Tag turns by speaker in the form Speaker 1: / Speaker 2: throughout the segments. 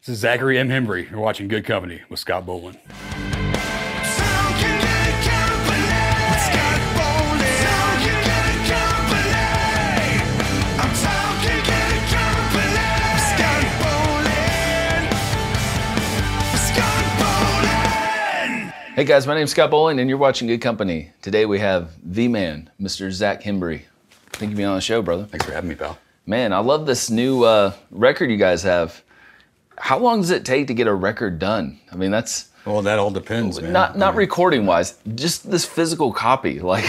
Speaker 1: This is Zachary M. Hembry. You're watching Good Company with Scott Boland.
Speaker 2: Hey guys, my name's Scott Bowling, and you're watching Good Company. Today we have the man, Mr. Zach Hembry. Thank you for being on the show, brother.
Speaker 1: Thanks for having me, pal.
Speaker 2: Man, I love this new uh, record you guys have. How long does it take to get a record done? I mean, that's
Speaker 1: Well, that all depends, man.
Speaker 2: not not recording wise, just this physical copy. Like,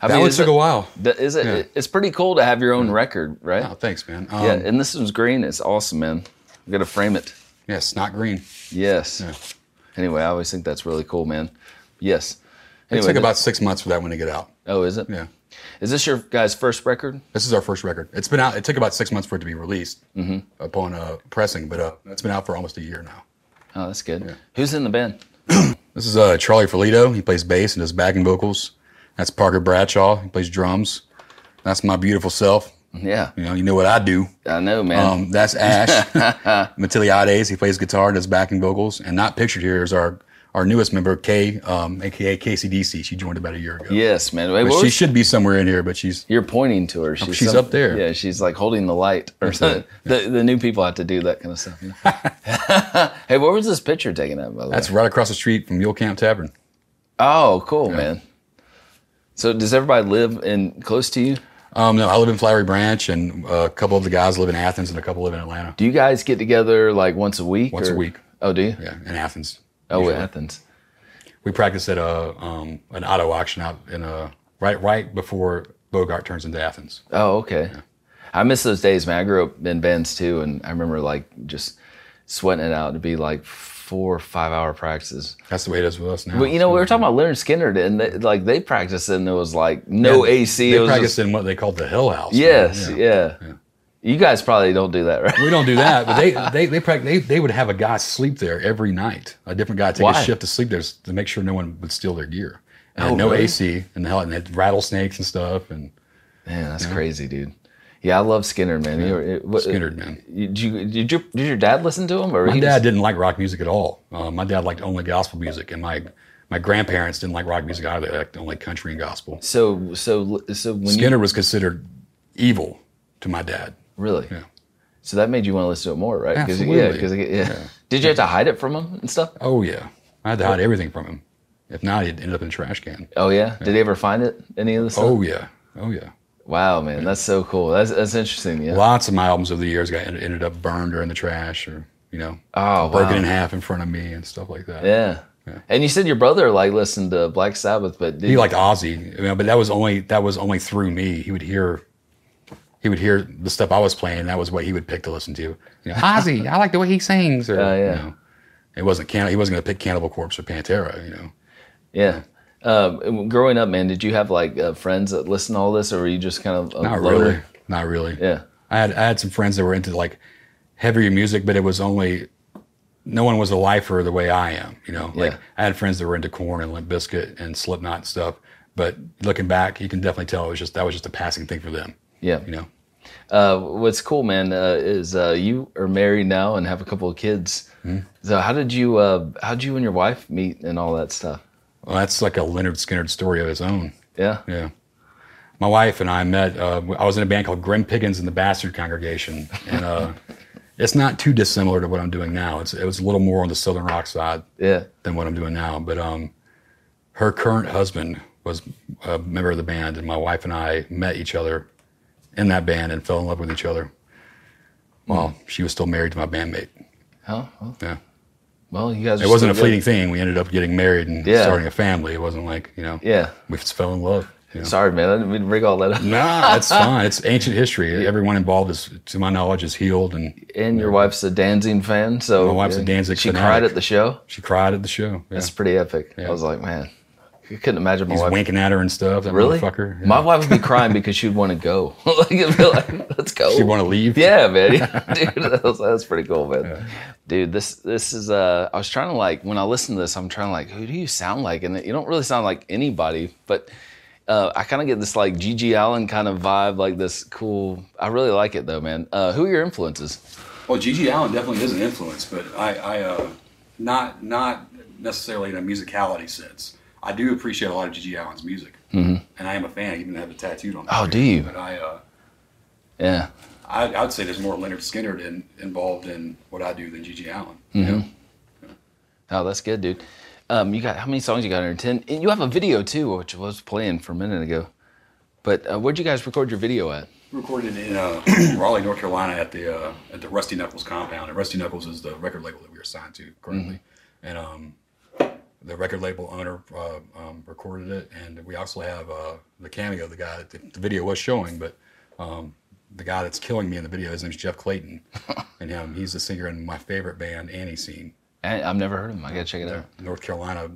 Speaker 2: I
Speaker 1: that one
Speaker 2: is
Speaker 1: took
Speaker 2: it-
Speaker 1: a while.
Speaker 2: th- Is it?
Speaker 1: Yeah.
Speaker 2: It's pretty cool to have your own record, right?
Speaker 1: Oh, thanks, man. Um,
Speaker 2: yeah,
Speaker 1: yeah,
Speaker 2: and this one's green. It's awesome, man. We gotta frame it.
Speaker 1: it's not green.
Speaker 2: Yes.
Speaker 1: Yeah.
Speaker 2: Anyway, I always think that's really cool, man. Yes.
Speaker 1: It
Speaker 2: Anyway,
Speaker 1: took about six months for that one to get out.
Speaker 2: Oh, is it?
Speaker 1: Yeah.
Speaker 2: Is this your guys' first record?
Speaker 1: This is our first record. It's been out. It took about six months for it to be released
Speaker 2: Mm-hmm.
Speaker 1: upon uh, pressing, but uh, it's been out for almost a year now.
Speaker 2: Oh, that's good. Who's in the band?
Speaker 1: This is uh, Charlie Ferlito. He plays bass and does backing vocals. That's Parker Bradshaw. He plays drums. That's my beautiful self.
Speaker 2: Yeah,
Speaker 1: You know, you know what I do.
Speaker 2: I know, man.
Speaker 1: Um, that's Ash Matiliades. He plays guitar, does backing vocals, and not pictured here is our our newest member, Kay, um, aka KCDC. She joined about a year ago.
Speaker 2: yes, man. Wait,
Speaker 1: But
Speaker 2: what
Speaker 1: she
Speaker 2: was-
Speaker 1: should be somewhere in here, but she's
Speaker 2: you're pointing to her. She's,
Speaker 1: she's
Speaker 2: some-
Speaker 1: up there.
Speaker 2: Yeah, she's like holding the light or something. The, the new people have to do that kind of stuff. yeah. hey, where was this picture taken at, by the
Speaker 1: that's
Speaker 2: way?
Speaker 1: right across the street from Mule Camp Tavern.
Speaker 2: Oh, cool, man. So does everybody live in close to you?
Speaker 1: Um, no, I live in Flowery Branch, and uh, a couple of the guys live in Athens, and a couple live in Atlanta.
Speaker 2: Do you guys get together like once a week?
Speaker 1: Once a
Speaker 2: or-
Speaker 1: week.
Speaker 2: Oh, do you?
Speaker 1: Yeah, in Athens.
Speaker 2: Oh,
Speaker 1: Usually.
Speaker 2: with Athens.
Speaker 1: We practice at a um, an auto auction out in a right right before Bogart turns into Athens.
Speaker 2: Oh, okay. I miss those days, man. I grew up in bands too, and I remember like just sweating it out to be like four or five hour practices.
Speaker 1: That's the way it is with us now.
Speaker 2: But you know, we were talking about Leonard Skinner, and they, like they practiced, and there was like no AC.
Speaker 1: They
Speaker 2: it was
Speaker 1: practice
Speaker 2: just-
Speaker 1: in what they call the Hill House.
Speaker 2: yes,
Speaker 1: Yeah.
Speaker 2: yeah. You guys probably don't do that, right?
Speaker 1: We don't do that, but they they they, practice, they they would have a guy sleep there every night. A different guy take
Speaker 2: Why?
Speaker 1: a shift to sleep there s- to make sure no one would steal their gear. And
Speaker 2: Oh,
Speaker 1: had no
Speaker 2: really?
Speaker 1: AC and the hell, and they had rattlesnakes and stuff. And
Speaker 2: Man, that's crazy, dude. Yeah, I love Skinner, man. You were- it- what-
Speaker 1: Skinner, man.
Speaker 2: you- Did, you, did, your, did your dad listen to him? Or
Speaker 1: My
Speaker 2: Uh, he
Speaker 1: dad
Speaker 2: just-
Speaker 1: didn't like rock music at all. Uh, my dad liked only gospel music, and my my grandparents didn't like rock music either. They liked only country and gospel.
Speaker 2: So, so, so when you
Speaker 1: Skinner was considered evil to my dad.
Speaker 2: really,
Speaker 1: Yeah.
Speaker 2: so that made you want to listen to it more, right? 'Cause- yeah,
Speaker 1: Absolutely.
Speaker 2: because yeah. Did you have to hide it from him and stuff?
Speaker 1: Oh yeah, I had to hide everything from him. If not, he'd end up in a trash can.
Speaker 2: Oh yeah. Did he ever find it? Any of this? stuff?
Speaker 1: Oh yeah, oh yeah.
Speaker 2: wow, man, that's so cool. That's that's interesting. Yeah.
Speaker 1: Lots of my albums over the years got ended up burned or in the trash or you know
Speaker 2: Oh,
Speaker 1: broken
Speaker 2: wow.
Speaker 1: in half in front of me and stuff like that.
Speaker 2: Yeah. And you said your brother like listened to Black Sabbath, but did
Speaker 1: He liked Ozzy, you know, but that was only that was only through me. He would hear. He would hear the stuff I was playing. and That was what he would pick to listen to. You know, Ozzy, I like the way he sings. Or,
Speaker 2: Oh,
Speaker 1: you
Speaker 2: yeah.
Speaker 1: know. it wasn't. Can- he wasn't going to pick Cannibal Corpse or Pantera. You know,
Speaker 2: yeah. Um, growing up, man, did you have like uh, friends that listened to all this, or were you just kind of uh,
Speaker 1: not
Speaker 2: lower?
Speaker 1: really, not really.
Speaker 2: Yeah.
Speaker 1: I had I had some friends that were into like heavier music, but it was only no one was a lifer the way I am. You know, like
Speaker 2: Yeah.
Speaker 1: I had friends that were into Corn and Limp Bizkit and Slipknot and stuff. But looking back, you can definitely tell it was just that was just a passing thing for them.
Speaker 2: Yeah.
Speaker 1: You know,
Speaker 2: Uh, what's cool, man, uh, is uh, you are married now and have a couple of kids.
Speaker 1: Hmm?
Speaker 2: So how did you uh, how did you and your wife meet and all that stuff?
Speaker 1: well, that's like a Leonard Skinner story of his own.
Speaker 2: Yeah.
Speaker 1: Yeah. My wife and I met. Uh, I was in a band called Grim Pickens and the Bastard Congregation, and uh, it's not too dissimilar to what I'm doing now. It's it was a little more on the southern rock side.
Speaker 2: Yeah.
Speaker 1: than what I'm doing now. But um, her current husband was a member of the band, and my wife and I met each other in that band and fell in love with each other. Well, she was still married to my bandmate.
Speaker 2: Oh, well,
Speaker 1: Yeah,
Speaker 2: well, you guys.
Speaker 1: it wasn't a fleeting thing. We ended up getting married and
Speaker 2: Yeah.
Speaker 1: starting a family. It wasn't like you know.
Speaker 2: Yeah.
Speaker 1: we just fell in love. You know?
Speaker 2: Sorry, man, I didn't mean to bring all that up.
Speaker 1: Nah, it's fine. It's ancient history. Everyone involved is, to my knowledge, is healed, and
Speaker 2: And your wife's a Danzig fan, so
Speaker 1: My wife's a
Speaker 2: yeah,
Speaker 1: Danzig
Speaker 2: She
Speaker 1: fanatic.
Speaker 2: cried at the show.
Speaker 1: she cried at the show. Yeah.
Speaker 2: That's pretty epic. I
Speaker 1: Yeah.
Speaker 2: was like, man, I couldn't imagine my
Speaker 1: He's
Speaker 2: wife.
Speaker 1: winking at her and stuff. That
Speaker 2: really?
Speaker 1: motherfucker. Yeah.
Speaker 2: My wife would be crying because she'd want to go. like, I'd be like, let's go.
Speaker 1: She want to leave.
Speaker 2: Yeah, man. Dude, that was, that was pretty cool, man. Dude, this this is uh I was trying to like when I listen to this, I'm trying to like, who do you sound like? And you don't really sound like anybody, but uh, I kind of get this like Gigi Allen kind of vibe, like this cool. I really like it though, man. Uh, who are your influences?
Speaker 1: Well, Oh, Gigi Allen definitely is an influence, but I, I uh, not not necessarily in a musicality sense. I do appreciate a lot of Gigi Allen's music, and I am a fan. I even have it tattooed on. my
Speaker 2: Mm-hmm. Oh, do
Speaker 1: face.
Speaker 2: you?
Speaker 1: But I, uh,
Speaker 2: Yeah.
Speaker 1: I, I would say there's more Leonard Skinner in, involved in what I do than Gigi Allen.
Speaker 2: Mm-hmm. Oh, that's good, dude. Um, you got how many songs you got under ten? And you have a video too, which was playing for a minute ago. But uh, where'd you guys record your video at?
Speaker 1: We recorded in uh, Raleigh, North Carolina, at the uh, at the Rusty Knuckles compound. And Rusty Knuckles is the record label that we are signed to currently, and um, the record label owner uh, um, recorded it. And we also have uh, the cameo, the guy that the, the video was showing, but um, the guy that's killing me in the video, his name's Jeff Clayton, and him, he's the singer in my favorite band, Annie Scene,
Speaker 2: I, I've never heard of them. I gotta check it out.
Speaker 1: North Carolina,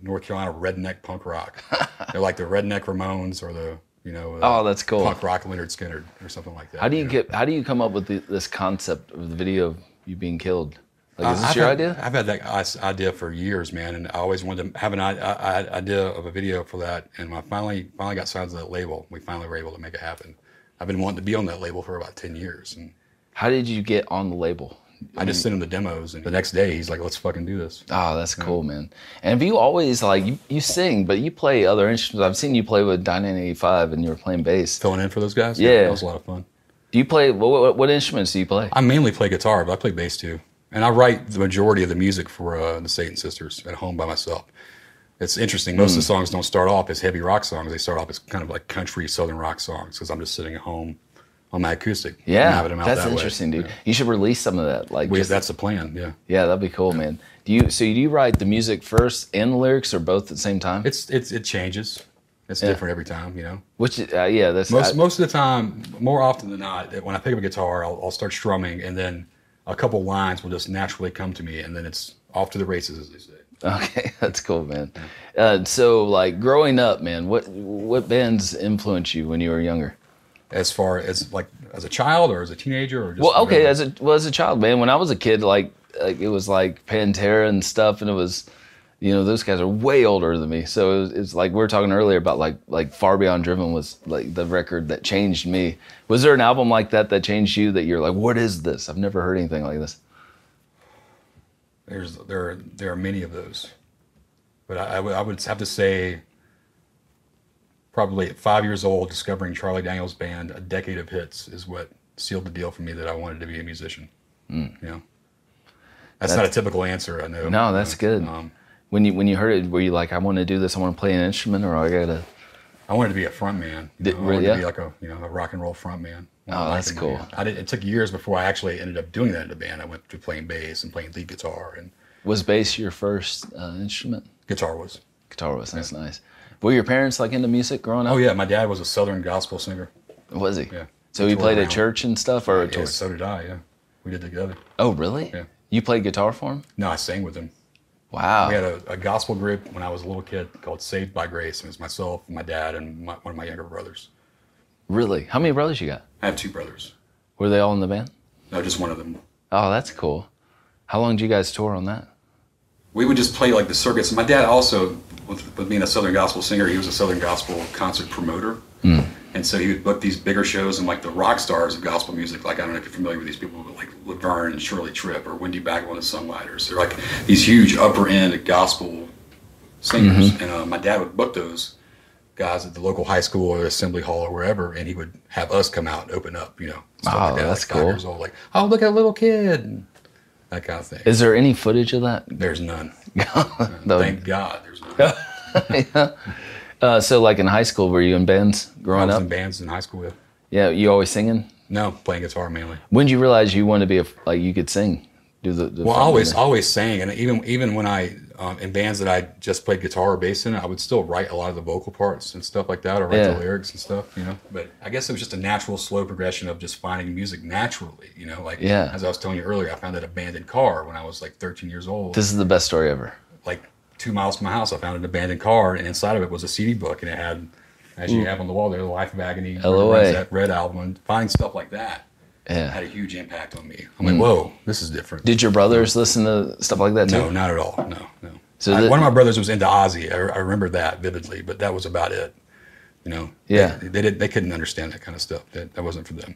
Speaker 1: North Carolina redneck punk rock. They're like the redneck Ramones or the you know. the
Speaker 2: Oh, that's cool.
Speaker 1: Punk rock Leonard Skinner or something like that.
Speaker 2: How do you
Speaker 1: know?
Speaker 2: get? How do you come up with the, this concept of the video of you being killed? Like, is this
Speaker 1: Uh, I've
Speaker 2: your
Speaker 1: had-
Speaker 2: idea?
Speaker 1: I've had that i- idea for years, man, and I always wanted to have an i- i- idea of a video for that. And I finally finally got signed to that label. We finally were able to make it happen. I've been wanting to be on that label for about ten years, and
Speaker 2: How did you get on the label?
Speaker 1: I just sent him the demos. And the next day, he's like, "Let's fucking do this."
Speaker 2: Oh, that's cool, man. And if you always like you, you sing, but you play other instruments. I've seen you play with Dynan eighty five, and you were playing bass.
Speaker 1: Filling in for those guys,
Speaker 2: Yeah.
Speaker 1: that was a lot of fun.
Speaker 2: Do you play what, what, what instruments do you play?
Speaker 1: I mainly play guitar, but I play bass too, and I write the majority of the music for uh, the Satan Sisters at home by myself. It's interesting. Most of the
Speaker 2: Hmm.
Speaker 1: songs don't start off as heavy rock songs. They start off as kind of like country southern rock songs because I'm just sitting at home on my acoustic. and
Speaker 2: Yeah,
Speaker 1: having them out
Speaker 2: that's
Speaker 1: that way.
Speaker 2: interesting, dude. You should release some of that. Like,
Speaker 1: We-
Speaker 2: just,
Speaker 1: that's the plan. Yeah,
Speaker 2: yeah, that'd be cool, man. Do you so do you write the music first and the lyrics, or both at the same time?
Speaker 1: it's it's it changes. It's different every time. You know,
Speaker 2: Which is- uh, yeah, that's
Speaker 1: most
Speaker 2: I-
Speaker 1: most of the time, more often than not, that when I pick up a guitar, I'll, I'll start strumming, and then a couple lines will just naturally come to me, and then it's off to the races, as they say.
Speaker 2: okay. That's cool, man. Uh, so like growing up, man, what what bands influenced you when you were younger?
Speaker 1: as far as like as a child or as a teenager or just
Speaker 2: Well, okay,
Speaker 1: whatever?
Speaker 2: as a well, as a child, man, when I was a kid, like like it was like Pantera and stuff, and it was, you know, those guys are way older than me. So it was, it's like we were talking earlier about like like Far Beyond Driven was like the record that changed me. Was there an album like that that changed you that you're like, what is this? I've never heard anything like this.
Speaker 1: there's there are, there are many of those but I, I would- I would have to say probably at five years old discovering charlie daniels band a decade of hits is what sealed the deal for me that i wanted to be a musician
Speaker 2: Hmm.
Speaker 1: you know that's, not a typical answer i know
Speaker 2: No, that's good.
Speaker 1: um,
Speaker 2: When you when you heard it, were you like, I want to do this, I want to play an instrument, or I gotta?
Speaker 1: I wanted to be a front man. you
Speaker 2: Did-
Speaker 1: know, I
Speaker 2: really,
Speaker 1: wanted to be
Speaker 2: yeah?
Speaker 1: like a you know a rock and roll front man.
Speaker 2: Oh, that's
Speaker 1: Like,
Speaker 2: cool.
Speaker 1: I did, it took years before I actually ended up doing that in the band. I went to playing bass and playing lead guitar, and
Speaker 2: Was bass your first uh, instrument?
Speaker 1: guitar was.
Speaker 2: Guitar was. That's nice. Were your parents like into music growing up?
Speaker 1: Oh yeah, my dad was a Southern gospel singer.
Speaker 2: Was he?
Speaker 1: Yeah.
Speaker 2: So he
Speaker 1: Toured
Speaker 2: played
Speaker 1: around.
Speaker 2: at church and stuff, or a
Speaker 1: Yeah,
Speaker 2: tour?
Speaker 1: so did I. Yeah, we did together.
Speaker 2: Oh, really?
Speaker 1: Yeah.
Speaker 2: You played guitar for him?
Speaker 1: No, I sang with him.
Speaker 2: Wow.
Speaker 1: We had a, a gospel group when I was a little kid called Saved by Grace, and it was myself, my dad, and my, one of my younger brothers.
Speaker 2: Really? How many brothers you got?
Speaker 1: I have two brothers.
Speaker 2: Were they all in the band?
Speaker 1: No, just one of them.
Speaker 2: Oh, that's cool. How long did you guys tour on that?
Speaker 1: we would just play like the circuits. My dad also, with, with being a Southern gospel singer, he was a Southern gospel concert promoter,
Speaker 2: Hmm.
Speaker 1: and so he would book these bigger shows and like the rock stars of gospel music. Like I don't know if you're familiar with these people, but like Laverne and Shirley Tripp or Wendy Bagwell and the Sunlighters. They're like these huge upper end gospel singers,
Speaker 2: Mm-hmm.
Speaker 1: and uh, my dad would book those guys at the local high school or assembly hall or wherever, and he would have us come out and open up. You know, stuff
Speaker 2: Oh,
Speaker 1: like that,
Speaker 2: that's
Speaker 1: like five
Speaker 2: cool.
Speaker 1: Years old, like oh look at a little kid, and that kind of thing.
Speaker 2: Is there any footage of that?
Speaker 1: There's none.
Speaker 2: Though-
Speaker 1: Thank God. There's none.
Speaker 2: Uh, so, like in high school, were you in bands
Speaker 1: I
Speaker 2: growing
Speaker 1: was
Speaker 2: up?
Speaker 1: in bands in high school. Yeah.
Speaker 2: yeah, you always singing.
Speaker 1: No, playing guitar mainly.
Speaker 2: When did you realize you wanted to be a like you could sing? Do the, the
Speaker 1: Well, I
Speaker 2: front
Speaker 1: always
Speaker 2: man?
Speaker 1: always sang, and even even when I um, in bands that I just played guitar or bass in, I would still write a lot of the vocal parts and stuff like that, or write
Speaker 2: Yeah.
Speaker 1: the lyrics and stuff, you know. But I guess it was just a natural, slow progression of just finding music naturally, you know. Like
Speaker 2: Yeah.
Speaker 1: as I was telling you earlier, I found that abandoned car when I was like 13 years old.
Speaker 2: This is the best story ever.
Speaker 1: like two miles from my house, I found an abandoned car, and inside of it was a CD book, and it had, as
Speaker 2: Mm.
Speaker 1: you have on the wall there, the Life of Agony,
Speaker 2: LOA.
Speaker 1: that Red album, and finding stuff like that.
Speaker 2: Yeah.
Speaker 1: had a huge impact on me. I'm like, whoa, this is different.
Speaker 2: Mm. Did your brothers listen to stuff like that too?
Speaker 1: no, not at all. No, no.
Speaker 2: So
Speaker 1: I-
Speaker 2: the-
Speaker 1: one of my brothers was into Ozzy. I, I remember that vividly, but that was about it. You know,
Speaker 2: Yeah.
Speaker 1: they, they did. They couldn't understand that kind of stuff. That, that wasn't for them.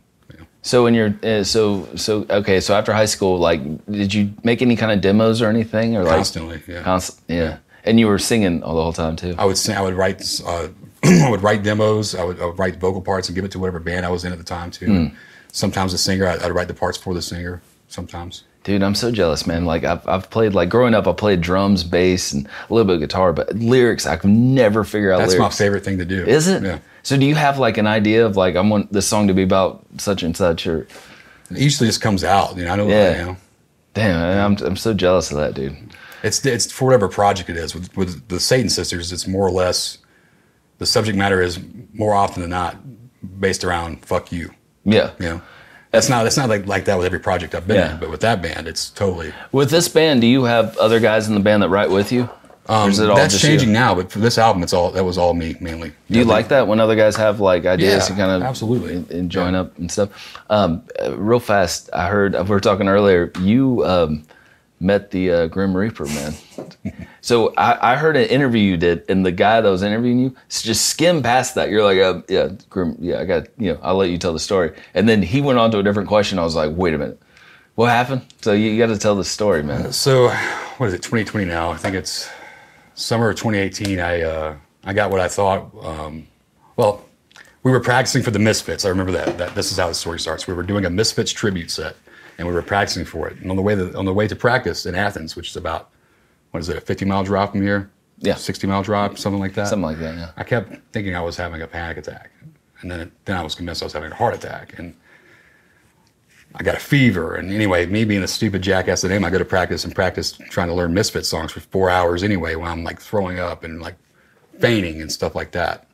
Speaker 2: So when you're uh, so so okay, so after high school, like, did you make any kind of demos or anything, or like
Speaker 1: constantly. Yeah.
Speaker 2: const- yeah. And you were singing all the whole time too.
Speaker 1: I would sing, I would write uh, I would write demos. I would, I would write vocal parts and give it to whatever band I was in at the time too.
Speaker 2: Hmm.
Speaker 1: Sometimes the singer, I'd, I'd write the parts for the singer. Sometimes
Speaker 2: Dude, I'm so jealous, man. Like I've, I've played like growing up, I played drums, bass, and a little bit of guitar, but lyrics I could never figure out
Speaker 1: that's my
Speaker 2: lyrics.
Speaker 1: favorite thing to do.
Speaker 2: Is it?
Speaker 1: Yeah.
Speaker 2: So do you have like an idea of like I want this song to be about such and such or
Speaker 1: It usually just comes out. You know, I know.
Speaker 2: Yeah.
Speaker 1: You know,
Speaker 2: damn, man, I'm I'm so jealous of that, dude.
Speaker 1: it's it's for whatever project it is. With with the Satan Sisters, it's more or less the subject matter is more often than not based around "fuck you."
Speaker 2: Yeah.
Speaker 1: You know. That's not that's not like, like that with every project I've been
Speaker 2: Yeah.
Speaker 1: in, but with that band, it's totally
Speaker 2: With this band, do you have other guys in the band that write with you? or is it all
Speaker 1: Um, that's
Speaker 2: just you?
Speaker 1: changing now. But for this album, it's all that was all me mainly.
Speaker 2: Do you like that when other guys have like ideas
Speaker 1: Yeah,
Speaker 2: and kind of
Speaker 1: absolutely.
Speaker 2: and, and join up and stuff? Um, uh, real fast, I heard we were talking earlier. You um, met the uh, Grim Reaper, man. so I, I heard an interview you did, and the guy that was interviewing you s- just skimmed past that. You're like, uh, yeah, Grim, yeah, I got you know, I'll let you tell the story. And then he went on to a different question. I was like, wait a minute, what happened? So you, got to tell the story, man.
Speaker 1: So, what is it? 2020 now. I think it's summer of 2018. I uh, I got what I thought. Um, well, we were practicing for the Misfits. I remember that. That this is how the story starts. We were doing a Misfits tribute set, and we were practicing for it. And on the way to, on the way to practice in Athens, which is about what is it, a 50 mile drive from here?
Speaker 2: Yeah.
Speaker 1: 60 mile drive, something like that.
Speaker 2: Something like that. Yeah.
Speaker 1: I kept thinking I was having a panic attack, and then then I was convinced I was having a heart attack, and I got a fever. And anyway, me being a stupid jackass that I am, I go to practice and practice trying to learn Misfit songs for four hours anyway, while I'm like throwing up and like fainting and stuff like that.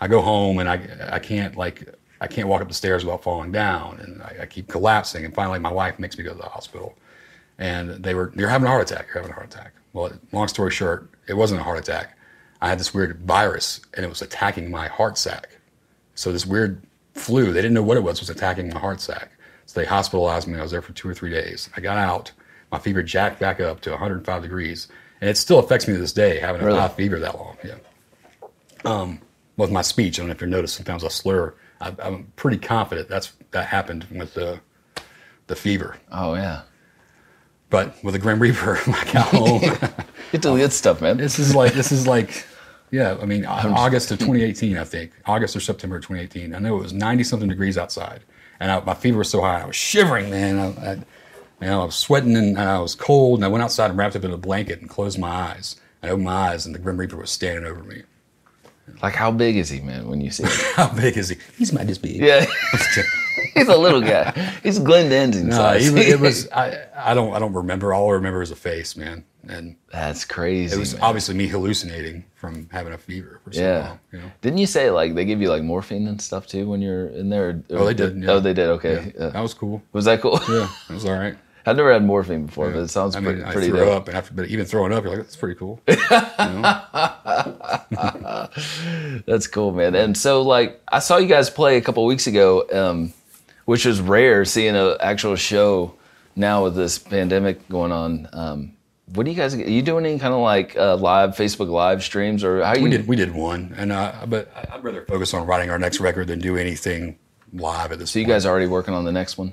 Speaker 1: I go home and I I can't like I can't walk up the stairs without falling down, and I, I keep collapsing. And finally, my wife makes me go to the hospital, and they were you're having a heart attack. You're having a heart attack. Well, long story short, it wasn't a heart attack. I had this weird virus, and it was attacking my heart sac. So this weird flu, they didn't know what it was, was attacking my heart sac. So they hospitalized me. I was there for two or three days. I got out. My fever jacked back up to 105 degrees, and it still affects me to this day having
Speaker 2: Really?
Speaker 1: a high fever that long. Yeah Um, with my speech. I don't know if you noticed. Sometimes I slur. I, I'm pretty confident that's that happened with the the fever.
Speaker 2: Oh yeah.
Speaker 1: But with the Grim Reaper, oh. I got home.
Speaker 2: Get to the good stuff, man.
Speaker 1: this is like this is like, yeah. I mean, August of 2018, I think August or September of 2018. I know it was 90 something degrees outside, and I, my fever was so high, I was shivering, man. I, I, you know, I was sweating and, and I was cold, and I went outside and wrapped up in a blanket and closed my eyes. I opened my eyes, and the Grim Reaper was standing over me.
Speaker 2: Like, how big is he, man? When you see him.
Speaker 1: How big is he? He's my this big.
Speaker 2: Yeah, he's a little guy. He's Glenn Danzig
Speaker 1: No,
Speaker 2: size.
Speaker 1: it, was- uh, it was. I, I don't. I don't remember. All I remember is a face, man, and
Speaker 2: That's crazy.
Speaker 1: it was
Speaker 2: man.
Speaker 1: obviously me hallucinating from having a fever for so
Speaker 2: yeah.
Speaker 1: long. You know,
Speaker 2: Didn't you say like they give you like morphine and stuff too when you're in there? Or-
Speaker 1: Oh, they did, yeah.
Speaker 2: Oh, they did. Okay.
Speaker 1: Yeah, that
Speaker 2: Uh,
Speaker 1: was cool.
Speaker 2: was that cool?
Speaker 1: Yeah, it was all right.
Speaker 2: I've never had morphine before, but it sounds
Speaker 1: I
Speaker 2: pretty,
Speaker 1: mean, I
Speaker 2: pretty
Speaker 1: threw
Speaker 2: dope.
Speaker 1: up, and after, but even throwing up, you're like, that's pretty cool.
Speaker 2: That's cool, man. And so, like, I saw you guys play a couple weeks ago, um, which was rare seeing an actual show now with this pandemic going on. Um, what do you guys? Are you doing any kind of like uh, live Facebook live streams or how you?
Speaker 1: we did. We did one, and uh, but I- I'd rather focus on writing our next record than do anything live at this.
Speaker 2: So you
Speaker 1: point.
Speaker 2: guys are already working on the next one?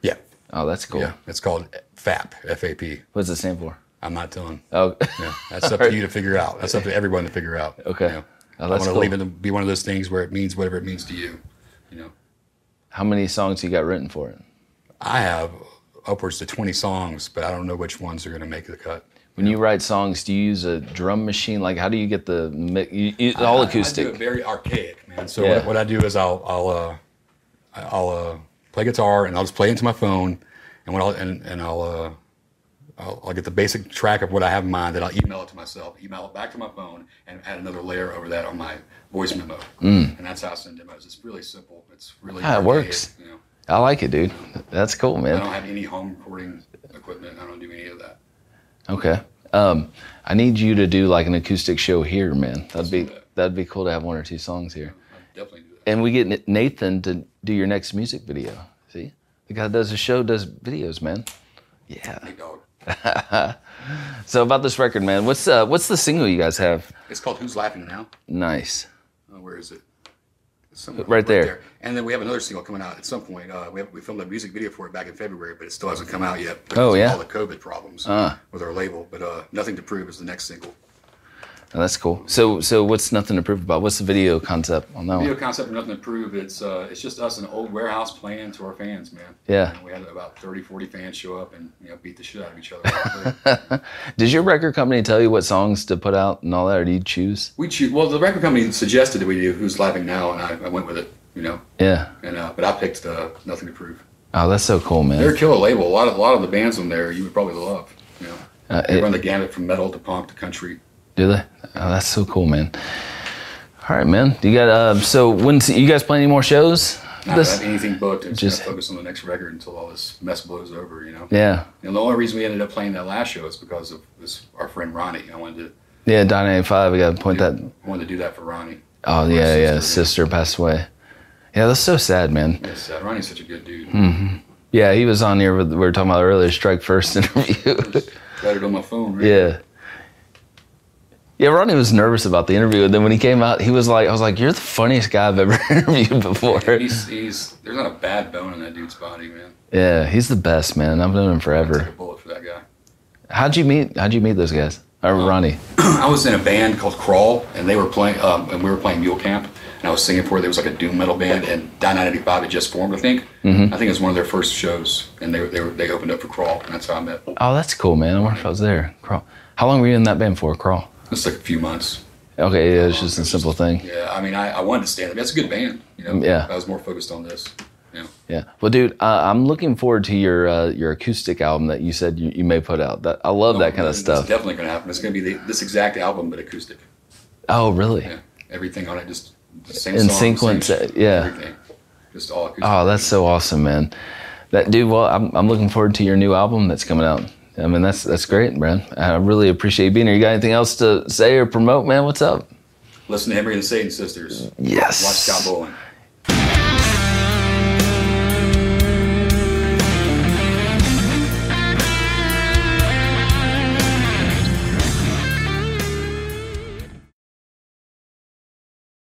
Speaker 1: Yeah,
Speaker 2: Oh, that's cool.
Speaker 1: yeah. It's called FAP. F A P.
Speaker 2: What's it stand for?
Speaker 1: I'm not telling.
Speaker 2: Oh,
Speaker 1: Yeah, that's up to you to figure out. That's up to everyone to figure out.
Speaker 2: Okay.
Speaker 1: You know?
Speaker 2: Oh,
Speaker 1: I
Speaker 2: that's
Speaker 1: want to
Speaker 2: cool.
Speaker 1: leave it to be one of those things where it means whatever it means to you. You know,
Speaker 2: how many songs you got written for it?
Speaker 1: I have upwards to 20 songs, but I don't know which ones are going to make the cut.
Speaker 2: When you write songs, do you use a drum machine? Like, how do you get the mi- you, you, all acoustic?
Speaker 1: I, do it very archaic, man. So
Speaker 2: Yeah.
Speaker 1: what, what I do is I'll I'll uh, I'll uh, play guitar and I'll just play into my phone, and when I'll and, and I'll, uh, I'll I'll get the basic track of what I have in mind, and I'll email it to myself, email it back to my phone, and add another layer over that on my voice memo. And that's how I send demos. It's really simple. It's really
Speaker 2: Ah, Mm. it
Speaker 1: archaic,
Speaker 2: works.
Speaker 1: You know?
Speaker 2: I like it, dude. That's cool,
Speaker 1: I
Speaker 2: man.
Speaker 1: don't have any home recording equipment. I don't do any of that.
Speaker 2: Okay. Um, I need you to do like an acoustic show here, man. That'd be that'd be cool to have one or two songs here.
Speaker 1: I definitely do that.
Speaker 2: And we get Na- Nathan to do your next music video. See, the guy that does a show does videos, man. Yeah.
Speaker 1: Big dog.
Speaker 2: So about this record, man. What's uh, what's the single you guys have?
Speaker 1: It's called Who's Laughing Now?
Speaker 2: Nice.
Speaker 1: Uh, where is it?
Speaker 2: Right there.
Speaker 1: And then we have another single coming out at some point. Uh, we, have, we filmed a music video for it back in February, but it still hasn't come out yet. because of
Speaker 2: Oh, yeah. Ah.
Speaker 1: All the COVID problems with our label, but uh, nothing to prove is the next single.
Speaker 2: Oh, that's cool. So, so what's nothing to prove about? What's the video concept on that
Speaker 1: Video
Speaker 2: one?
Speaker 1: concept and nothing to prove. It's uh, it's just us in an old warehouse playing to our fans, man.
Speaker 2: Yeah.
Speaker 1: And we had about 30, 40 fans show up and you know beat the shit out of each other.
Speaker 2: Did your record company tell you what songs to put out and all that, or do you choose?
Speaker 1: we choose. Well, the record company suggested that we do "Who's Laughing Now," and I, I went with it. You know,
Speaker 2: Yeah.
Speaker 1: and uh, but I picked uh, "Nothing to Prove."
Speaker 2: Oh, that's so cool,
Speaker 1: They're a
Speaker 2: man.
Speaker 1: killer label. A lot of a lot of the bands on there you would probably love. You know,
Speaker 2: Uh,
Speaker 1: they
Speaker 2: it-
Speaker 1: run the gamut from metal to punk to country.
Speaker 2: do they? Oh, that's so cool, man. All right, man. You got um. So, when you guys play any more shows?
Speaker 1: Not
Speaker 2: This-
Speaker 1: have anything booked. and
Speaker 2: just-
Speaker 1: just focus on the next record until all this mess blows over. You know.
Speaker 2: Yeah.
Speaker 1: And the only reason we ended up playing that last show is because of was our friend Ronnie. I wanted to
Speaker 2: Yeah, Don 85. I got to point that.
Speaker 1: I wanted to do that for Ronnie.
Speaker 2: Oh,
Speaker 1: My
Speaker 2: yeah, yeah.
Speaker 1: sister.
Speaker 2: Sister passed away. Yeah, that's so sad, man.
Speaker 1: Yes, uh, Ronnie's such a good dude.
Speaker 2: Mm. Yeah, he was on here. With, we were talking about earlier strike first interview.
Speaker 1: Got it on my phone. Right?
Speaker 2: yeah. Yeah, Ronnie was nervous about the interview, and then when he came out, he was like, "I was like, you're the funniest guy I've ever interviewed before."
Speaker 1: He's, he's there's not a bad bone in that dude's body, man.
Speaker 2: Yeah, he's the best, man. I've known him
Speaker 1: Take a
Speaker 2: forever.
Speaker 1: bullet for that guy.
Speaker 2: How'd you meet? How'd you meet those guys? Or Ronnie?
Speaker 1: I was in a band called Crawl, and they were playing, um, and we were playing Mule Camp, and I was singing for it. There was like a doom metal band, and Die 985 had just formed, I think.
Speaker 2: Mm-hmm.
Speaker 1: I think it was one of their first shows, and they were- they, were, they opened up for Crawl, and that's how I met.
Speaker 2: Oh, that's cool, man. I wonder if I was there. Crawl. How long were you in that band for? Crawl.
Speaker 1: It's like a few months.
Speaker 2: Okay, yeah, it's just a simple thing.
Speaker 1: Yeah, I mean, I, I wanted to stand up. That's a good band, you know.
Speaker 2: Yeah.
Speaker 1: I was more focused on this. Yeah.
Speaker 2: Yeah. Well, dude, uh, I'm looking forward to your uh, your acoustic album that you said you, you may put out. That I love that kind of
Speaker 1: It's
Speaker 2: stuff.
Speaker 1: definitely going to happen. It's going to be the, this exact album, but acoustic.
Speaker 2: Oh, really?
Speaker 1: Yeah, everything on it just the same
Speaker 2: In
Speaker 1: song, same
Speaker 2: sequence,
Speaker 1: shit,
Speaker 2: uh, yeah.
Speaker 1: everything, just all acoustic.
Speaker 2: Oh, that's so awesome, man. That dude. Well, I'm I'm looking forward to your new album that's coming out. I mean, that's that's great, man. I really appreciate you being here. You got anything else to say or promote, man? What's up?
Speaker 1: Listen to Henry and the Satan Sisters.
Speaker 2: Yes.
Speaker 1: Watch Scott Boland.